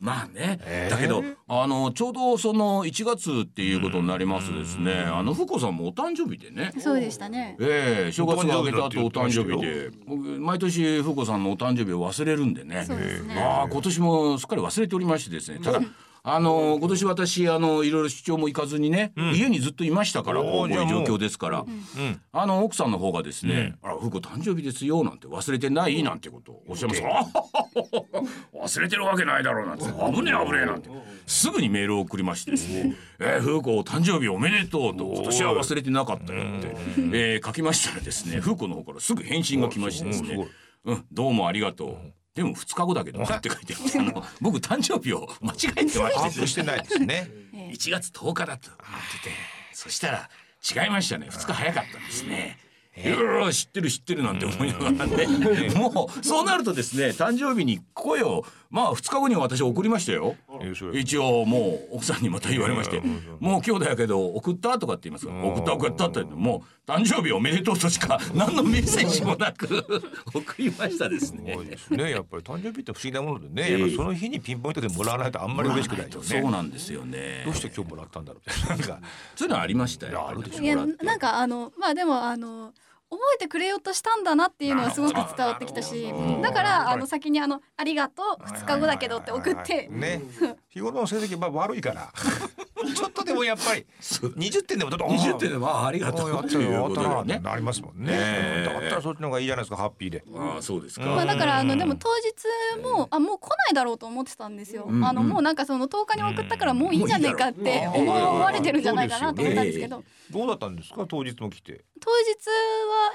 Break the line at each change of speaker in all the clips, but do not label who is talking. まあね、だけどあのちょうどその1月っていうことになりますですね、あのふこさんもお誕生日でね、
そうでしたね。
ええ正月が明けた後お
お
誕
誕
生
生
日
日
で僕毎年ふこさんのお誕生日を忘れるんでね
そうですね
ああ今年もすっかり忘れておりましてですねただあの今年私あのいろいろ出張も行かずにね、家にずっといましたから
おー
こうこういう
じゃあ
状
もう
況ですから、
うん
あの奥さんの方がですね「あらふこ誕生日ですよ」なんて忘れてないなんてことをおっしゃいますから「あはははは 忘れてるわけないだろう」なんて「危ねえ危ねえ」なんてすぐにメールを送りましてですね「えー、ふうこ誕生日おめでとう」と「今年は忘れてなかったよ」って、えー書きましたらですねふうこの方からすぐ返信が来ましてです
おすご
ね
い
「うんどうもありがとう」でも2日後だけどなって書いてあ ってあの僕誕生日を間違えてま
ア
して
ップしてないですね。
ええ
1月10日だと思っててそしたら違いましたね2日早かったんですね。いやあ知ってる知ってるなんて思いながら ねもうそうなるとですね誕生日に声をまあ2日後には私送りましたよ
よいしょ
一応もう奥さんにまた言われまして
うんうん
「もう今日だけど送った?」とかって言いますから「
ん
送った送った」って言ってもう誕生日おめでとうとしか何のメッセージもなく 送りましたですね。
多いですねやっぱり誕生日って不思議なものでね、やっぱりその日にピンポイントでもらわないとあんまり嬉しくないよ
そう
ね。
なんですよね
どうして今日もらったんだろうってなんか
そういうのありましたよ。
あるでしょ
いやなんかあのまあでもあの覚えてくれようとしたんだなっていうのはすごく伝わってきたし
なるほど
だからあの先にあの「ありがとう2日後だけど」って送って
ね日頃の成績は悪いからちょっとでもやっぱり20点でもちょっと
20点でまあありがと
あや
うっ
っ
て
る
いう
よ
こと
当た
で
ら
は
な
ね
って。なりますもんね、
ええ
だったらそっちの方がいいじゃないですかハッピーで
ああそうですか。
まあだからあ
う
の
ん
でも当日もあもう来ないだろうと思ってたんですよ。
うん
あのもうなんかその10日に送ったからもういいんじゃねえかって
もういい
思
だろう
わ思われてるんじゃないかなと思ったんですけど。
どうだったんですか当日も来て
当日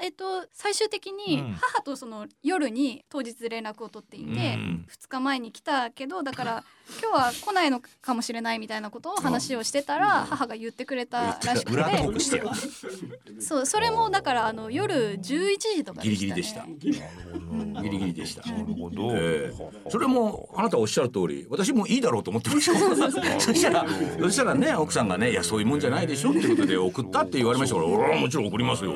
は、えっと、最終的に
うん
母とその夜に当日連絡を取っていて、
ん
2日前に来たけどだ から今日は来ないのかもしれないみたいなことを話をしてたら母が言ってくれたらしく
裏トークして
て
よ
そうそれもだからあの夜11時とか
ギリギリでした。
ね
ギリギリでした。
なるほど、
ええそれもあなたおっしゃる通り私もいいだろうと思ってました そしたらそしたらね奥さんがね「いやそういうもんじゃないでしょ」ってことで送ったって言われましたから「俺はもちろん送りますよ」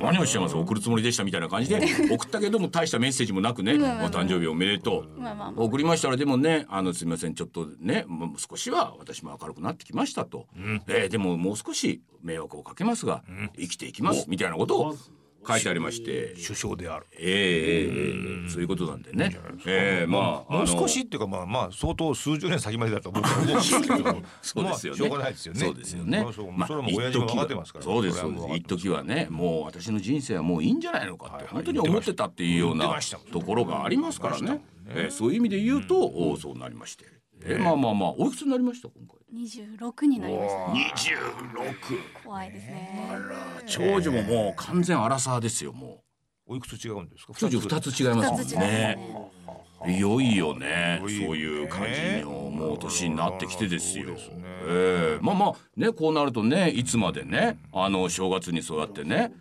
何をおっしゃいます送るつもりでしたみたいな感じで送ったけども大したメッセージもなくね「お
んうんうん
誕生日おめでとう」
まあまあまあ
送りましたらでもねあのすみませんちょっとねもう少しは私も明るくなってきましたと、えーでももう少し迷惑をかけますが、生きていきますみたいなことを書いてありまして。
首相である
えーえーえーえーそういうことなんでね。えー、まあ
も
あの
う少しっていうかまあまあ相当数十年先までだと僕は思うんですけど
そうですよね。
まあしょうがないですよね
そうですよね。
まあそうそれはもう親父も分かってますから
そうです
そ
そ
れ
う
は
で
も
す
う。
一時はね、もう私の人生はもういいんじゃないのかって本当に思ってたっていうよう
言って
な
ましたもん
ところがありますからね。えーそういう意味で言うと、おそうなりまして。えーまあまあまあおいくつになりました今回。
26になりましたね
二十六。
怖いですね
長女ももう完全アラサーですよも
おいくつ違うんですか
う。長女二つ違いますも
2
ん
つ違います
ね。
ね
いよいよねそう
いよね
いう感じのもう年になってきてですよ。
そうですね
ええまあまあねこうなるとねいつまでねあの正月にそうやってね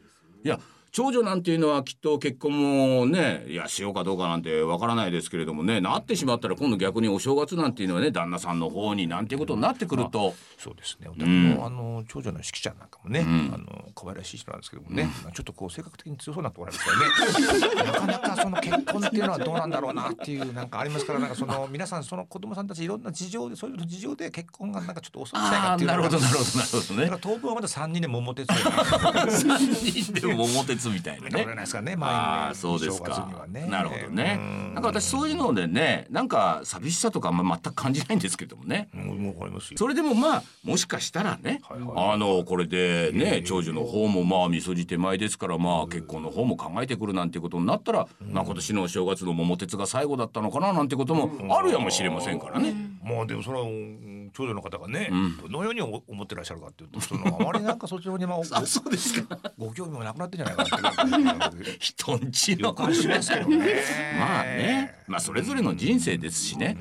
いや長女なんていうのはきっと結婚もねいやしようかどうかなんてわからないですけれどもねなってしまったら今度逆にお正月なんていうのはね旦那さんの方になんていうことになってくる と、
そうですね。お宅の、あの長女のしきちゃんなんかもね、
ん
あの可愛らしい人なんですけどもね、まあちょっとこう性格的に強そうなところなんですからね。な かなかその結婚っていうのはどうなんだろうなっていうなんかありますから、なんかその皆さんその子供さんたちいろんな事情でそういう事情で結婚がなんかちょっと遅くしたいな
あ
って
あ
いう
なる
のが。
ほどなるほどなるほど
だ
ね
か。ら当分はまだ三人で桃鉄みたい な。
三人でも桃鉄みたいなね
ね、ない。ですかね。毎年
ああそうです
正月
か
には、ね
なるほどね
うん
なんか私そういうのでねなんか寂しさとかあんま全く感じないんですけどもね
うんもうわかりますよ。
それでもまあもしかしたらね、
はいは
あのこれでね長女の方もまあみそじ手前ですからまあ結婚の方も考えてくるなんてことになったら、まあ今年のお正月の桃鉄が最後だったのかななんてこともあるやもしれませんからね。
まあでもそのうん長女の方がね、どのようにお思ってらっしゃるかっていうとそのあまりなんかそちらにまあお
あそうですか
ご興味もなくなってんじゃないかなっていうなんか
人んち
予
の。
感しますけ どね
まあね、まあそれぞれの人生ですしね。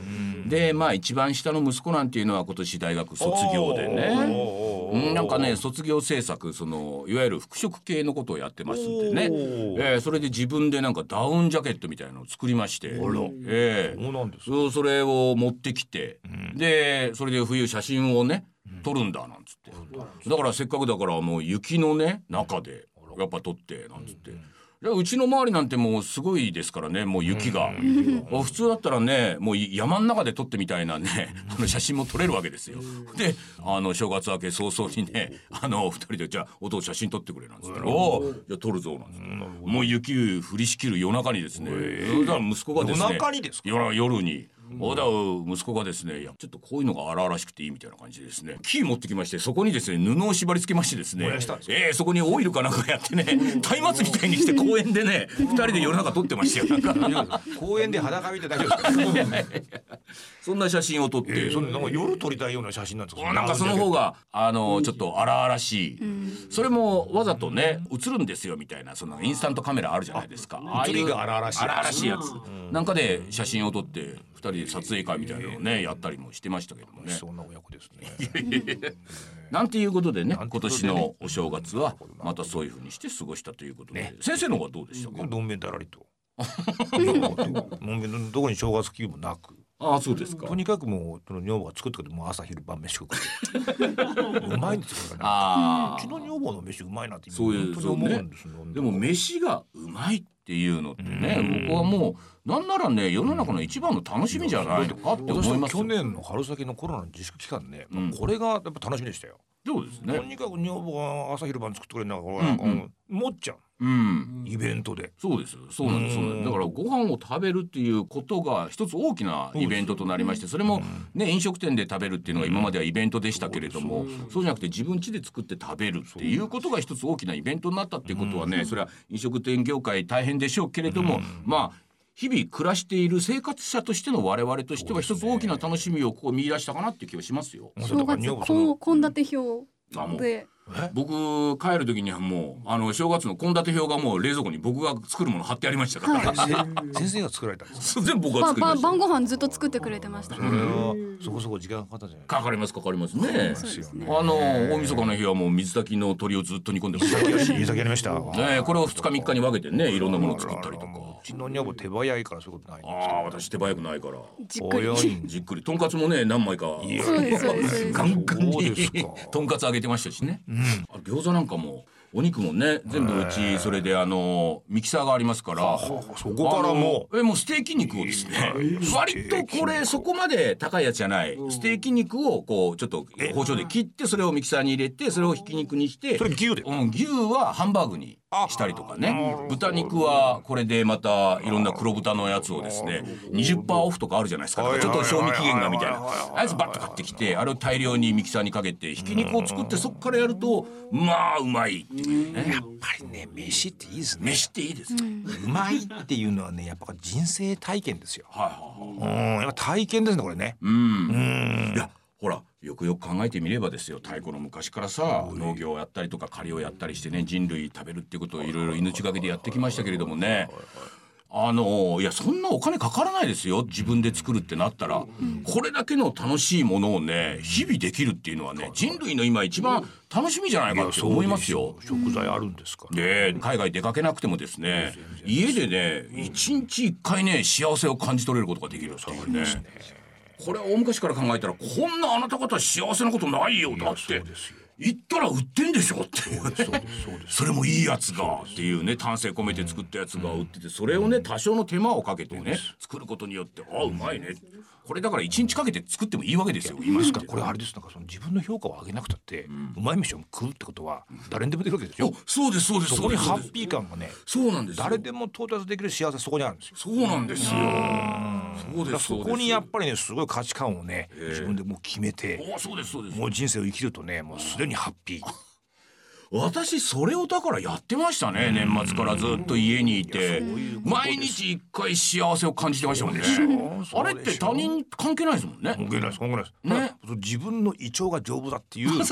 で、まあ一番下の息子なんていうのは今年大学卒業でね。
おー。
うんなんかね卒業制作そのいわゆる服飾系のことをやってますんでね、え
おー
ーそれで自分でなんかダウンジャケットみたいなのを作りまして、えー
そうなんです
そうそれを持ってきて、でそれで冬写真をね撮るんだなんつって、だからせっかくだからもう雪のね中でやっぱ撮ってなんつって、やうちの周りなんてもうすごいですからねもう雪が、あ普通だったらねもう山の中で撮ってみたいなねあの写真も撮れるわけですよであの正月明け早々にね あの二人でじゃあお父写真撮ってくれなんつったら「おうじゃあ撮るぞ」なんつってもう雪降りしきる夜中にですねそれだから息子がですね
夜中にですか
夜夜に。おだ息子がですねいやちょっとこういうのが荒々しくていいみたいな感じでですね木持ってきましてそこにですね布を縛り付けましてですね
やしたんです
ええそこにオイルかなんかやってね松明みたいにして公園でね二人で夜中撮ってましたよなんか
公園で裸見て大丈夫です か
そんな写真を撮って、
えーそのなんか夜撮りたいような写真なんですか
なんかその方があのちょっと荒々しい、それもわざとね映るんですよみたいなそのインスタントカメラあるじゃないですかああいう
映りが荒々しいやつ
荒々しいやつなんかで写真を撮って二人で撮影会みたいなのをねやったりもしてましたけどもね
そんな親子ですね
なんていうことでね
な
今
んてことで
年
ね
のお正月はまたそういうふうにして過ごしたということで、先生の方はどうでしたか、
どんべんだらりとのんべんの どこに正月気分もなく
ああそうですか
とにかくもうその女房が作ってくれてもう朝昼晩飯食ううまいんですよこれね
あ
うちの女房の飯うまいなって今
そういう
本当に思うんですよ
でも飯がうまいっていうのってね僕はもうなんならね世の中の一番の楽しみじゃないのかって思い
私
ま
は
すよ
去年の春先のコロナの自粛期間ね、
うん
これがやっぱ楽しみでしたよ、
そうです
と
ね
にかく女房が朝昼晩作ってくれるんだから、
んうん
あのもっちゃん
うん
イベントで
そうですそうなんですそうなんですだからご飯を食べるっていうことが一つ大きなイベントとなりましてそれもね飲食店で食べるっていうのが今まではイベントでしたけれどもそうじゃなくて自分家で作って食べるっていうことが一つ大きなイベントになったっていうことはねそれは飲食店業界大変でしょうけれどもまあ日々暮らしている生活者としての我々としては一つ大きな楽しみをこう見出したかなって気はしますよ。
もうだ
正
から
月
女房そ
こ
の
う献立表で
僕帰る時にはもうあの正月の献立表がもう冷蔵庫に僕が作るもの貼ってありましたから、
は
先生が作られたんです か
全部僕が
ば
作りま
ば
した。
晩ご飯ずっと作ってくれてました
それはそこそこ時間かかったじゃない
かかりますかかりますね。
そうですね
あの大晦日の日はもう水炊きの鶏をずっと煮込んでました
よ し湯先やりました
ねえこれを2日3日に分けてねいろんなものを作ったりとか
あらららうちの女房手早いからそういうことない
ああ私手早くないから
じっくり
おい
じっくりとんかつもね何枚か
いや
そうですそうですそうです
ガンガン
そう
に
ですか
とんかつ揚げてましたしね、あ餃子なんかもお肉もね全部うちそれであのミキサーがありますから
そこからも
あのえもうステーキ肉をですね割とこれそこまで高いやつじゃないステーキ肉をこうちょっと包丁で切ってそれをミキサーに入れてそれをひき肉にして
それ牛で
うん、牛はハンバーグにしたりとかね豚肉はこれでまたいろんな黒豚のやつをですね20%オフとかあるじゃないですか
はい
ちょっと賞味期限がみたいな
はいはいはいはい
あいつバッと買ってきてあれを大量にミキサーにかけてひき肉を作ってそこからやるとまあうまいっていうね
やっぱりね飯っていいですね
飯っていいですね。
うまいっていうのはねやっぱ人生体験ですよ。
はいはいはい
うんやっぱ体験ですねこれね。
うんいやほらよくよく考えてみればですよ太古の昔からさ農業をやったりとか狩りをやったりしてね人類食べるってことをいろいろ命がけでやってきましたけれどもねあのいやそんなお金かからないですよ自分で作るってなったらこれだけの楽しいものをね日々できるっていうのはね人類の今一番楽しみじゃないかって思いますよ。
食材あるんですから。
で海外出かけなくてもですね家でね一日一回ね幸せを感じ取れることができるっていうねこれは大昔から考えたらこんなあなた方幸せなことないよだって言ったら売ってんでしょっていうねそれもいいやつがっていうね丹精込めて作ったやつが売っててそれをね多少の手間をかけてね作ることによってあうまいねこれだから一日かけて作ってもいいわけですよ今
です
し
か
から
これあれですなんかその自分の評価を上げなくたって、うまい飯を食うってことは誰にでもできるわけでしょ。
そうですそうです
そ
そ
こ
う
に
です
ハッピー感がね
そうなんですよ
誰でも到達できる幸せそこにあるんですよ。
そうなんですよそうで
だから
す
そう
です
こにやっぱりねすごい価値観をね自分でもう決めて
おーそうですそうです
もう人生を生きるとねもうすでにハッピー。
私それをだからやってましたね年末からずっと家にいて毎日一回幸せを感じてましたもんね
そう
あれっ
で
て
しょ
他人関係ないですもんね
関係ないです関係ないです。
ね
だから自分の胃腸が丈夫だっ ていうこ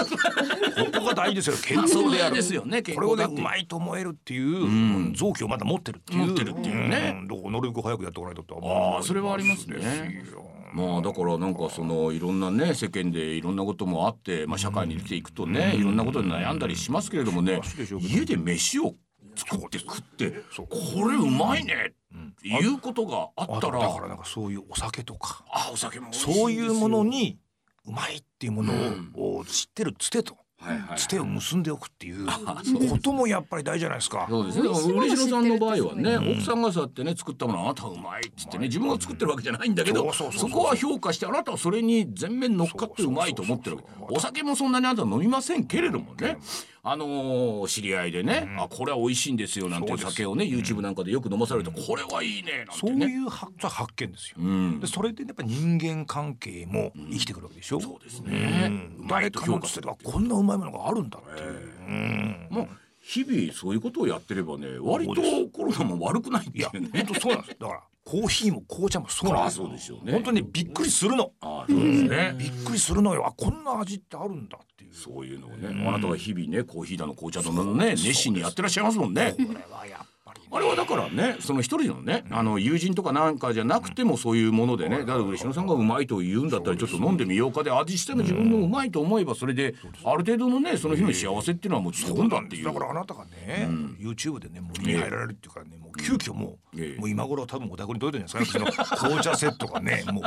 こが大事ですよ健
そ
康
う
である。
ですよね健
これを
康
ね
だっ
う
て
まいと思えるっていう、臓器をまだ持ってるっていう
持ってるっていうね
んどこなるべく早くやっておかないととは
ああそれはありますね
ですよ
まあだからなんかそのいろんなね世間でいろんなこともあってまあ社会に出ていくとねいろんなことに悩んだりしますけれどもね
ますでしょうけど
家で飯を作って食ってこれうまいねっていうことがあ
あ
った
とだから
ら
なんかそういうお酒とか
あお酒も美味しいです
そ
よ
ういうものにうまいっていうものを、を知ってるつてと、
はいはい
つてを結んでおくっていうこともやっぱり大事じゃないですか。
そうですね。
美味しいもの
嬉野さんの場合はね、
知ってるってすごい
奥さんがさってね作ったものあなたうまいっつってね自分が作ってるわけじゃないんだけ
う
ど、
んそうそ
そ
うそうそ
うこは評価してあなたはそれに全面乗っかってうまいと思ってるわけ
そうそうそう。そう
お酒もそんなにあなた飲みませんけれどもね。あのー知り合いでね、あこれは美味しいんですよなんて
そうです
酒をね YouTube なんかでよく飲まされて、これはいいねなん
そ
て
う
ね。
いう発発見ですよ。
うん
で、それでやっぱ人間関係も生きてくるわけでしょ。
そうですね。うまい
誰
と
か
評
の
価
つ
す
て
る。
がこんなうまいものがあるんだっていう。うん
もう日々そういうことをやってればね、割とコロナも悪くないって
いや、
いう
本
ね。
当そうなんです。だから、コーヒーも紅茶もそうなん
あ
です
そう
よ。
でしょうね。
本当にびっくりするの。
あそうですね。
びっくりするのよ。あ、こんな味ってあるんだっていう。
そういうのをね、あなたは日々ね、コーヒーだの紅茶だのね、熱心にやってらっしゃいますもんね。
これはやっぱりね。
あれはだからね、その一人のね、あの友人とかなんかじゃなくてもそういうものでね、だから嬉野さんがうまいと言うんだったらちょっと飲んでみようかで味しても自分もうまいと思えばそれである程度のね、その日の幸せっていうのはもうち込んだっていう
だか。らあなたがね、YouTube でねもう手に入られるっていうからねもう急遽もう,、
ええ
もう今頃多分お宅に届いてるんじゃないですかねその紅茶セットが ねもう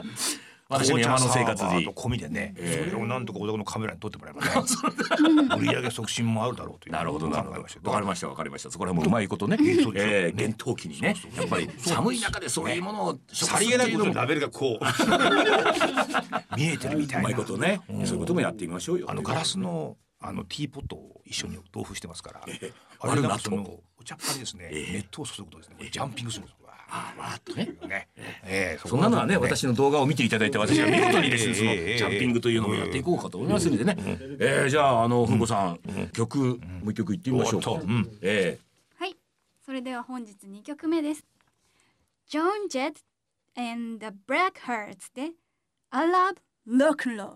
私の山の生活
紅茶サーバー
に
と。込みでね、それをなんとかお宅のカメラに撮ってもらえば ね売り上げ促進もあるだろうという
なるほどなるほど。わかり
ま
ましたわかりました。そこら辺もうまいことね。
そうです
えー、厳冬期にね、やっぱり寒い中でそういうものを食
さ
す
り
るっ
げな
て
い
いう
こ
の
とに
も
ラベルがこ う見えてるみた
う
い
ま
ない
ことね、そういうこともやってみましょうよ。
あのガラスのあのティーポットを一緒に同封してますから、あ
割る
れな
なん
かそのお茶っぱにですね、熱湯を注ぐとですね、これジャンピングするんですよ。わ
あーわーっとね。
ーね、ええ
そんなのはね、私の動画を見ていただいて、私は見事にですね、
ええ
そのジ
ええ
ャンピングというのもやっていこうかと思いますんでね。えーじゃあ、あの、ふんこさん、曲、もう一曲いってみましょうか。
おっとうん
え
はい、それでは本日2曲目です。John Jett and the Black Hearts で I Love Rock and Roll。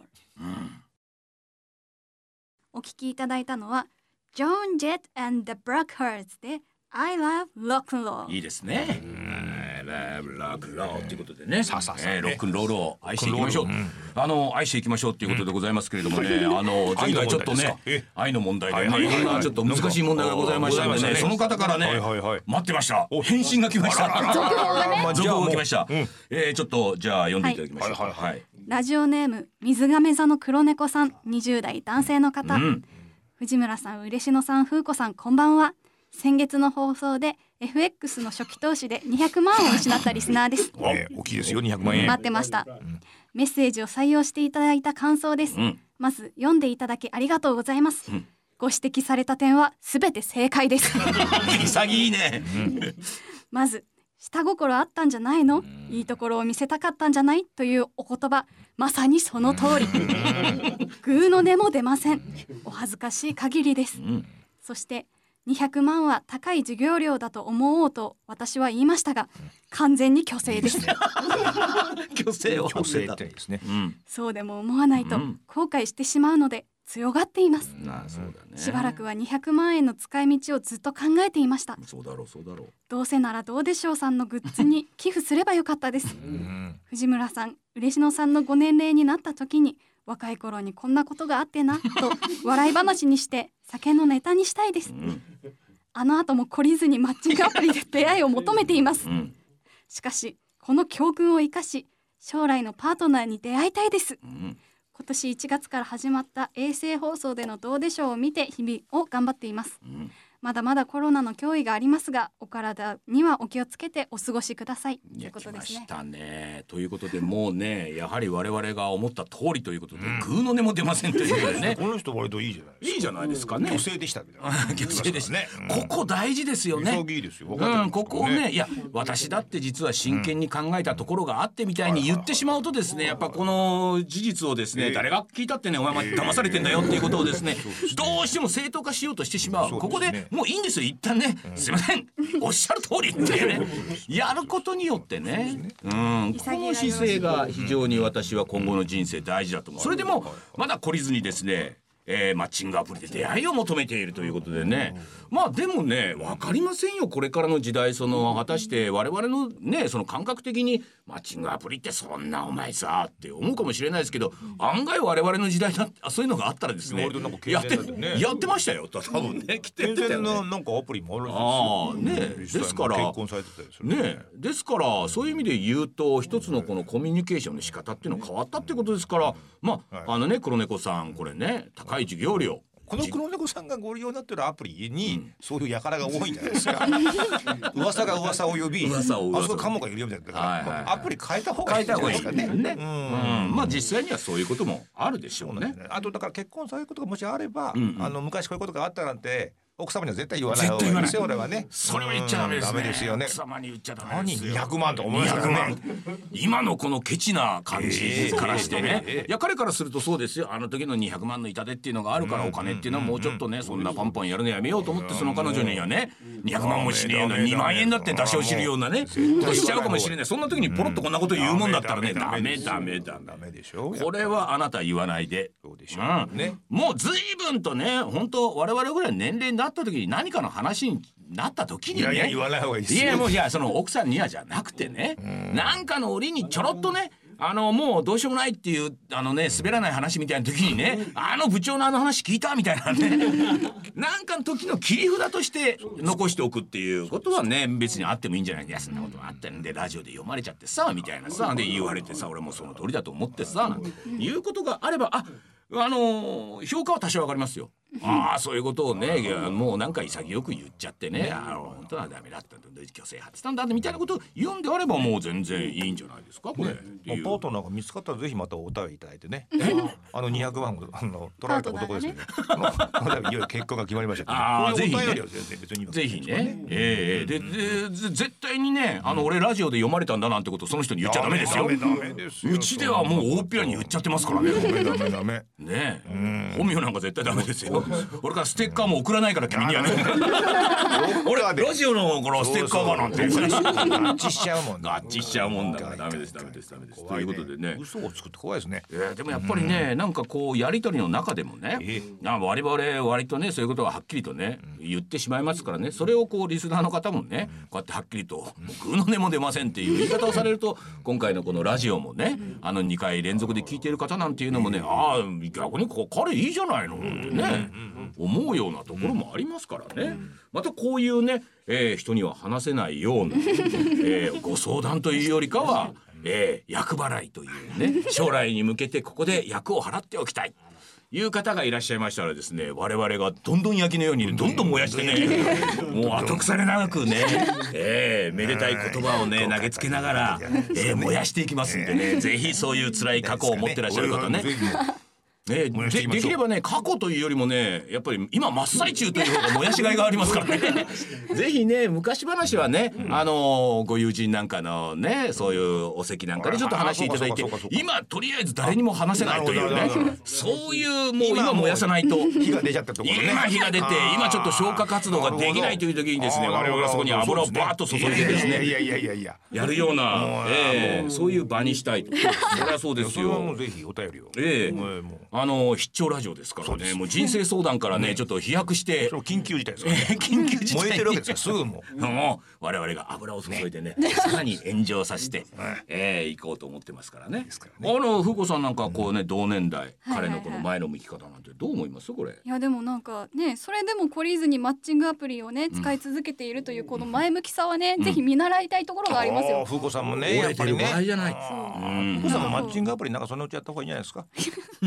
お聞きいただいたのは John Jett and the Black Hearts で I Love Rock and
え
Roll。
いいですね。ラブラクローということでね、
さあさあさあ
ええロックンロールを愛していきましょう
ロックンロー。
あの愛していきましょうっていうことでございますけれどもね、あ の前回ちょっとね
愛の問題ですかえ
愛の問題
え、
で
は
ね、
い
い
はいはい
ろんなちょっと難しい問題がございましたん
ご
で
ざい
ね、
ま
そ
したね
の方からね
はいはいはい、
待ってました。返信が来ました。続報が来ました。
うん
えーちょっとじゃあ読んでいただきましょうか。
はいはいはい
はい
ラジオネーム水亀座の黒猫さん、20代男性の方。
うん
藤村さん、嬉野さん、風子さん、こんばんは。先月の放送で FX の初期投資で200万を失ったリスナーです。
ええ大きいですよ、200万円。
待ってました、メッセージを採用していただいた感想です、
うん
まず読んでいただきありがとうございます、ご指摘された点はすべて正解です
潔いね。
まず下心あったんじゃないのいいところを見せたかったんじゃないというお言葉まさにその通りグーの音も出ませんお恥ずかしい限りです、
ん
そして200万は高い授業料だと思おうと私は言いましたが完全に虚勢です
虚勢を
強制ってですね。
うん。
そうでも思わないと
うん
後悔してしまうので強がっています、
なあそうだね。
しばらくは200万円の使い道をずっと考えていました
そうだろうそうだろう。
どうせならどうでしょうさんのグッズに寄付すればよかったです
うん
藤村さん嬉野さんのご年齢になった時に若い頃にこんなことがあってなと笑い話にして酒のネタにしたいです
ん
あの後も懲りずにマッチングアプリで出会いを求めています
うん。
しかしこの教訓を生かし将来のパートナーに出会いたいです
うん。
今年1月から始まった衛星放送での「どうでしょう」を見て日々を頑張っています
うん。
まだまだコロナの脅威がありますがお体にはお気をつけてお過ごしくださいと
い
い
や
うこ
来
と
ま
です
し
ね
たね。ということでもう ねやはり我々が思った通りということで、グーの音も出ませんということでね。
この人割といいじゃないで す
いいじゃないですかね
か。。 虚勢でしたみたいな。
虚勢ですね
う
こ
ん。
こ大事ですよね。
潔いですよ。分かって
う
ま
ん、
す
ここを
から
ね、いや、私だって実は真剣に考えたところがあってみたいに言ってしまうとですね、やっぱこの事実をです
え
ね、
え
誰が聞いたってね、お前ま騙されてんだよっていうことをですね、どうしても正当化しようとしてしまう。
そうです
こ
ね
こでもういいんですよ、一旦ね、すいません、おっしゃる通りっていうね、やることによってね、うん、この姿勢が非常に私は今後の人生大事だと思う。それでも、まだ懲りずにですね、えーマッチングアプリで出会いを求めているということでね、まあでもね分かりませんよこれからの時代その果たして我々のねその感覚的にマッチングアプリってそんなお前さって思うかもしれないですけど案外我々の時代だってあそういうのがあったらですね
割となんか
や
健
っ
全だ
て
よね
やってましたよ多分ね来て
健
たよ
全
ね
ななんかアプリもある
あ
ん
あね
ですよ。
ですから
結婚されてたりする。
ねえですからそういう意味で言うと一つのこのコミュニケーションの仕方っていうのは変わったってことですからまああのね黒猫さんこれね高い授業料
この黒猫さんがご利用になってるアプリに、そういう輩が多いんじゃないです か噂が噂を呼び
噂を噂を
あそこカモがいるよみたいな、
はいはいはい
アプリ変えた方がいいんじゃないですかね
変えた方がいいね
う
う
ん
ん、まあ実際にはそういうこともあるでしょうね。
あとだから結婚されることがもしあれば、
うんうん
あの昔こういうことがあったなんて奥様には絶対言わない
絶
方
対
がい
言
い
わ
で
ない
すよ俺
そ
はね
れは言っちゃダメですね。
うんダメですよね
奥様に言っちゃダメ
何
ですよ。
200万とか思いますよ
200
ね
万今のこのケチな感
え
じ
え
からしてね、
ええ
いや彼からするとそうですよあの時の200万の痛手っていうのがあるからお金っていうのはもうちょっとねそんなパンパンやるのやめようと思ってその彼女にはね200万もしねえの
ダメダメ
2万円だって出しを知るようなねことしちゃうかもしれないそんな時にポロッとこんなこと言うもんだったらねダメダメダメ
ダメでしょ
これはあなた言わないで。
そうでしょ
うん
ね
もう随分とね本当我々ぐらいの年齢になった時に何かの話になった時に
いや
ね
いや言わない方がいいです
い
よ
やもういやその奥さんにはじゃなくてねなんかの折にちょろっとねあのもうどうしようもないっていうあのね滑らない話みたいな時にねあの部長のあの話聞いたみたいなねなんかの時の切り札として残しておくっていうことはね別にあってもいいんじゃないいやそんなことあったんでラジオで読まれちゃってさみたいなさで言われてさ俺もその通りだと思ってさなんていうことがあればああのー評価は多少わかりますよ。ああそういうことをねいやもうなんか潔く言っちゃってねあの本当はダメだったんだ虚勢張ってたんだみたいなことを言うんであればもう全然いいんじゃないですかこれ。って
も
いうう
パートナーが見つかったらぜひまたお便りいただいてね。あの200万をあの取られた男ですけど、ね、あのいよいよ結婚が 決まりましたけど。
あー
こうい
ぜ
うお
ひね
便りは全然別にいいわけ
ぜ
です
ひ
よ
ね。ええででぜ絶対にねあの俺ラジオで読まれたんだなんてことをその人に言っちゃダメですよ。
ダメダメですよ
うちではもう大っぴらに言っちゃってますからね。
ダメダメダメ。
ねえ本名なんか絶対ダメですよ。俺からステッカーも送らないから君にはね。 俺はラジオのこのステッカーがなんて。
合致しちゃうもんね。
合致しちゃうもんだからダメですダメですダメです。と
怖
い
ね
うことでね。
嘘をつくって怖いですね。
えーでもやっぱりね、なんかこうやり取りの中でもね、
え
あ我々割とねそういうことははっきりとね、言ってしまいますからねそれをこうリスナーの方もね、こうやってはっきりと「もうグーの音も出ません」っていう言い方をされると今回のこのラジオもね、あの2回連続で聞いている方なんていうのもね、ああ逆にこう彼いいじゃないのってね、思うようなところもありますからね、またこういうね、えー人には話せないよう な、えーご相談というよりかは。えー、役払いというね将来に向けてここで役を払っておきたいいう方がいらっしゃいましたらですね我々がどんどん焼きのようにどんどん燃やしてね もう後腐れなくね、えー、めでたい言葉をね投げつけながら、えー、燃やしていきますんでねぜひそういう辛い過去を持ってらっしゃる方ね
俺は
ね
ぜひ燃やして
で
いきましょ
で
う
きればね過去というよりもねやっぱり今真っ最中という方が燃やしがいがありますからね ぜひね昔話はね、あのーご友人なんかのねそういうお席なんかでちょっと話していただいて
あそうかそうかそう
今とりあえず誰にも話せないという
な
ね
るほどなるほどなるほど
そういうもう
今も
今
う
燃やさないと。
火が出ちゃったところね。
今火が出て今ちょっと消火活動ができないという時にですね
あー
我々はそこに油をバーッと注いでです
いやい
ね
やいやいやいや。
やるような、ええそういう場にしたいとそれはそうです
それはも
よ
う。ぜひお便りを。
ええ
もうもう
あの必聴ラジオですからねもう人生相談からねちょっと飛躍して
それ緊急事態ですからね。
緊急事態に
燃えてるわけですからすぐもう。
もう我々が油を注いでねさらに炎上させて、えー、行こうと思ってますからね
から
あの風子さんなんかこうね同年代
はいはい
彼のこの前の向き方なんてどう思いますこれ
いやでもなんかねそれでも懲りずにマッチングアプリをね使い続けているというこの前向きさはね、ぜひ見習いたいとこ ろがあります
あー
よ。
風子さんもね、
折
やっ
れ
ぱ
て
り
る
ね。
場合じゃないうん
風子さんもマッチングアプリなんかそのうちやった方がいいんじゃないです か。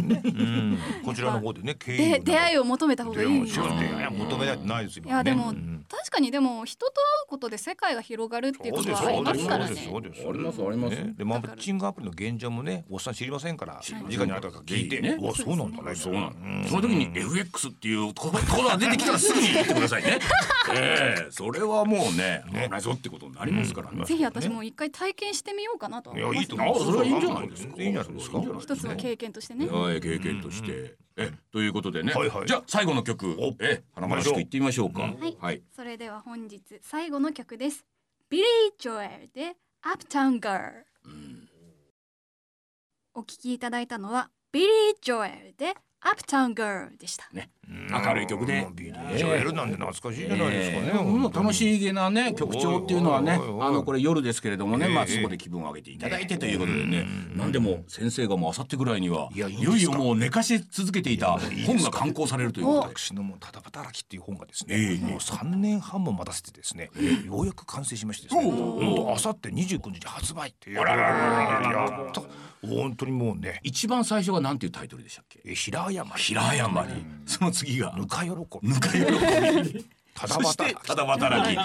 ねうんこちらの方でね、経
で出会い
を。
を求めた方がい
出会い
いん
も
で
ち
す
ろ
よ
ん出会いは求めないとないですよ。
いやでも、
うん
確かにでも人と会うことで世界が広がるってい
そう
うこと
です
はあり
そう
ま
ですす
か
そう
ら
ですそうです
ね。
ありますあります、
ね、でマッチングアプリの現状もねおっさん知りませんから直にあなたが聞いて、
ね
うわそうなんだね
そうなの、その時に FX っていう言葉が出てきたらすぐに言ってくださいね ええそれはもうね
ね
同じぞってことになりますからね、
ぜひ私も一回体験してみようかなとは思
い
い
や
ま
いい
す
と。
あそ
思う
れはいいんじゃないですか
いいんじゃないですか
いいんじゃない
一つの経験としてね。
はい経験として、えということでね、
はいはい
じゃあ最後の曲
お
え花々しくいってみましょうか、
はい
はい
それでは本日最後の曲です。ビリー・ジョエルで「アップタウン・ガール」お聴きいただいたのはビリー・ジョエルで「アップタウン・ガール」でした。
明るい曲で
もうビリー・ジョエルなんて懐かしいじゃないですかね、
えーもう楽
い
しげなね曲調っていうのはね
おいおいおいおい
あのこれ夜ですけれどもね、
ええ
まあそこで気分を上げていただいてということでね、なんでも先生がもうあさってぐらいにはい
やいいん
い
です
よ
か
いよもう寝かし続けていた
いいですか
本が刊行されるということで。
私のもうただ働きっていう本がですね、
ええ
もう三年半も待たせてですね、ようやく完成しましてですね、
おう
本当あさって二十九日発売っていう。
あらららららら
やった本当にもうね、
一番最初はなんていうタイトルでしたっけ
え平山
平謝りその次が
ぬか喜び
ぬか喜び
ただ
そして
働き
ただ 働き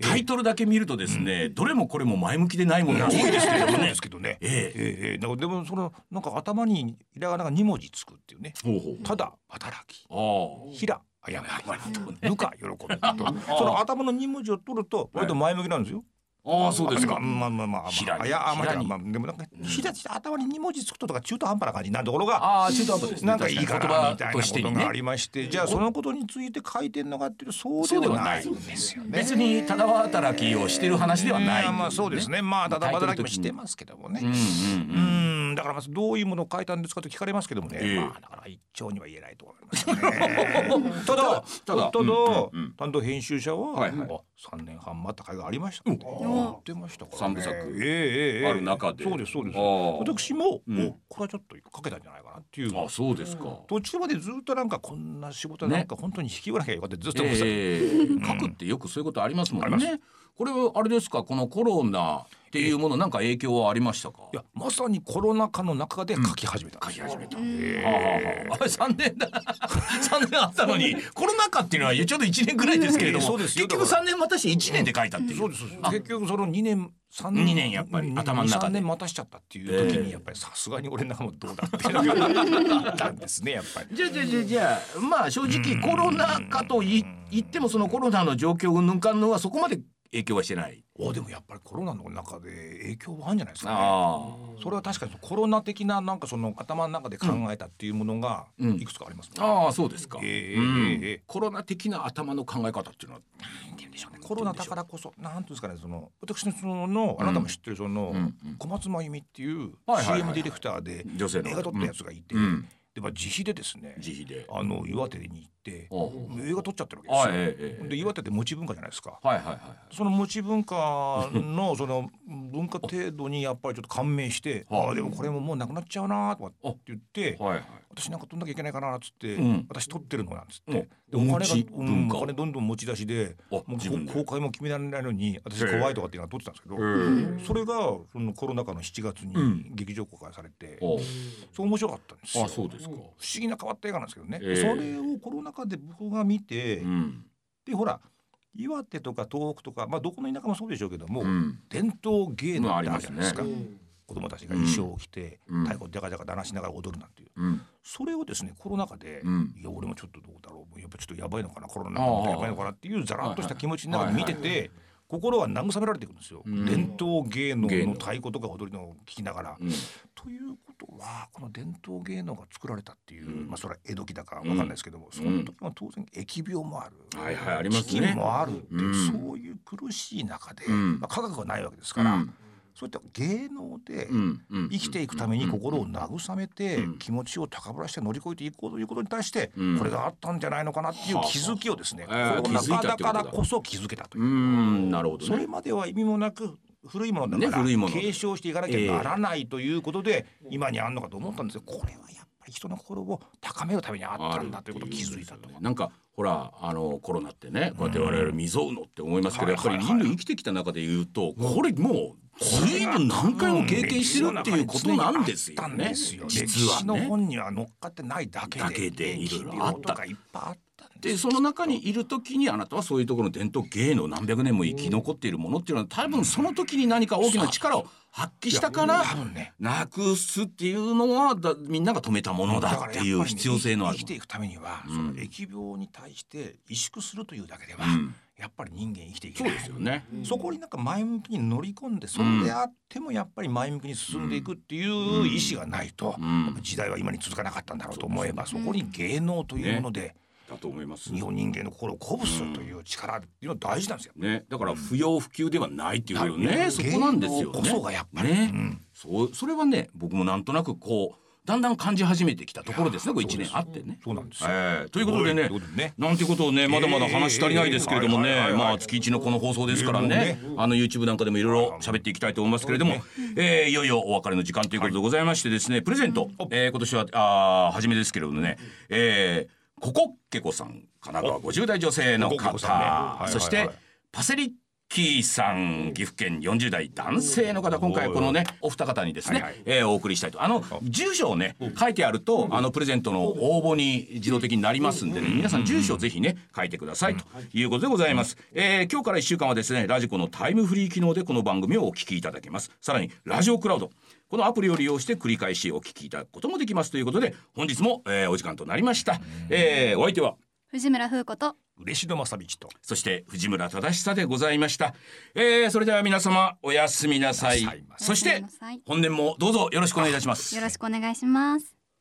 タイトルだけ見るとですね、どれもこれも前向きでないものが多いですけれども
そう
ね
ですけどね。え
ええ
えええなんかでもそのなんか頭にひらがなが二文字つくっていうね。
ほうほ
ただ働き、
う
ひら謝
ああ、ね、
り、ぬか喜 びと。その頭の二文字を取ると割と前向きなんですよ。
ああそうです
あ
か
まあまあまあまあ。
ひらに
あいやあまあ
ひらに
まあでもなんかひらって頭に二文字つくととか中途半端な感じになるところが。
ああ中途半端ですね
なんかいいか
確
な
に
みた
言葉
いな
と
こ
して
と
に
があ
ね
りましてじゃあそのことについて書いてんのかっていうとそうではないんですよね。
別にただ働きをしてる話ではない、
うんまあそうですね。まあただ働きもしてますけどもね。
うんうん
う
うん
ん、だからまずどういうものを書いたんですかと聞かれますけどもね、
ええ
まあだから一丁には言えないと思いますよね。ただ
た
た
だ
だ
うんうんうん
担当編集者は、
はいはい
あ三年半待った甲斐がありましたって
うん
言ってましたから、
三
ね。
部作
ええええええ
ある中で
そうですそうです
あ。あ
私も、
うん
おこれはちょっとかけたんじゃないかなっていう。
あそうですか、
途中までずっとなんかこんな仕事なんか本当に引き寄らなきゃよかったってずっと思ってた。
ええ書くってよくそういうことありますもんね、これはあれですかこのコロナっていうものなんか影響はありましたか
いやまさにコロナ禍の中で書き始めたん
書
です
き始
よ、
めた、
うん
はあはあはあ、あ3年だ 三年あったのにコロナ禍っていうのはちょうど1年くらいですけれど
ええ
も、
そうです
結
よ
局3年待たして1年で書いたっていう、
そうですそうです結局その2年3
うん
年
二年やっぱり
うん
頭の中で
二三年待たしちゃったっていう時
ええ
にやっぱりさすがに俺なんかもどうだ っていうのがあったんですねやっぱり。
じゃあじゃあじゃあじゃあまあ正直コロナ禍とい言ってもそのコロナの状況うんぬんかんぬんはそこまで影響はしてない。
おでもやっぱりコロナの中で影響はあるんじゃないですかね。
あ
それは確かにコロナ的ななんかその頭の中で考えたっていうものが
うん
いくつかありますもんね。
ああそうですか、
ええ
うん
ええ
コロナ的な頭の考え方っていうのは
コロナだからこそなんていうんですかねその私のそのあなたも知ってるその
うん
小松真由美っていう
はいはいはい
CM ディレクターで
女性の
映画撮ったやつがいて
うんうん
でまあ自費でですね
自費で。
あの岩手に行って
あ
映画撮っちゃってる
あ
わけですよ。
ええええ
で岩手って持ち文化じゃないですか。
はいはいは
その持ち文化のその文化程度にやっぱりちょっと感銘して、
はい
ああでもこれももうなくなっちゃうなとかって言って
い。、はいはい。
私なんか取んなきゃいけないかなっつって、
うん
私取ってるのなんつっ
うん
て、でお金が
持ち
うん
文化
お金どんどん持ち出しで、
あ
もう
自分で
こ公開も決められないのに私
へえ
怖いとかっていうのは取ってたんですけど、
え
それがそのコロナ禍の7月
うん
に劇場公開されて、
え
そう面白かったんです
あ
よ。
あそうですか。
不思議な変わった映画なんですけどね、
ええ
それをコロナ禍で僕が見て、
うん。
でほら岩手とか東北とか、まあ、どこの田舎もそうでしょうけども、
うん。
伝統芸能ってあるじゃないですか、
う
子供たちが衣装を着て、
うん
太鼓をジャカジャカ鳴らしながら踊るなんていう
うん。
それをですねコロナ禍で、
うん
いや俺もちょっとどうだろうやっぱちょっとやばいのかなコロナ禍ってやばいのかなっていうざらっとした気持ちの中で見て
はい
て。心が慰められていくんですよ、
うん
伝統芸能
芸能
の太鼓とか踊りのを聞きながら。
うん。
ということはこの伝統芸能が作られたっていう、
うん
まあそれは江戸期だかわかんないですけども、その時は当然疫病もある、
はいはいありますね
飢饉もあるって、
うん
そういう苦しい中で、
うん
まあ、科学がないわけです
う
から、
ん。
そういった芸能で
うん。うん
生きていくために心を慰めて、
うん
気持ちを高ぶらして乗り越えていこうということに対して、
うん
これがあったんじゃないのかなっていう気づきをですね、
はあはあええ
コロナ禍
気づいたっ
だから
てことだ
こそ気づけたというう、
ん。なるほど
そ
ね
れ。までは意味もなく古いものだ
ね
か
古いも
ら
の
継承していかなきゃならないということで、今にあんのかと思ったんですけどこれはやっぱり人の心を高めるためにあったんだということを気づいたと。
なんかほらあのコロナってねこうやって我々未曾有のって思いますけど、
うん
やっぱり
はいは
人
いはい
類生きてきた中で言うと、これもうずいぶん何回も経験してるっていうことなんですよ
うん
ね
歴史の中に常にあったんですよ
実は
歴史の
ね。
本には乗っかってないだけで
だけでいろいろあった
疫病とかいっぱいあったんです
でその中にいる時にあなたはそういうところの伝統芸能何百年も生き残っているものっていうのは多分その時に何か大きな力を発揮したから
多分ね
なくすっていうのはだみんなが止めたものだっていう必要性のある
生きていくためには、
うん
その疫病に対して萎縮するというだけでは、
うん
やっぱり人間生きていけ
そう
ない
ですよね。
そこになんか前向きに乗り込んでそれであってもやっぱり前向きに進んでいくっていう意思がないと、
うん
やっぱ時代は今に続かなかったんだろうと思えばそこに芸能というもので
だと思います。
日本人間の心を鼓舞するという力っていうのは大事なんですよ。
ね、だから不要不急ではないっていうよ
だ
ね、
よ
そこなんですよね。
芸能こそがやっぱり
ね、
うん
そう、それはね、僕もなんとなくこう、だんだん感じ始めてきたところですね、これ一年あってね。
そうなんですよ、
ええということでね
すごいということでね、
なんていうことをね、まだまだ話し足りないですけれども
ええええは
ね
いは、いはい
まあ月一のこの放送ですから
え
ね
え、
あの YouTube なんかでもいろいろ喋っていきたいと思いますけれども、えーいよいよお別れの時間ということでございましてですね、プレゼント、えー今年は、あー初めですけれどもね、えー、ココッケコさん、神奈川50代女性の
ココッケ
方、
コさんねはいはいはい
そして、パセリキーさん岐阜県40代男性の方今回このねお二方にですね、
はいはい
えーお送りしたいとあの住所をね書いてあるとあのプレゼントの応募に自動的になりますんでね皆さん住所をぜひね書いてくださいということでございます、えー今日から1週間はですねラジコのタイムフリー機能でこの番組をお聞きいただけますさらにラジオクラウドこのアプリを利用して繰り返しお聞きいただくこともできますということで本日も、えーお時間となりました、えーお相手は
藤村風子と
嬉野正道と
そして藤村忠久でございました、えーそれでは皆様おやすみなさい
おやすみなさい
そし
おやす
て
みなさい
本年もどうぞよろしくお願いいたします
よろしくお願いします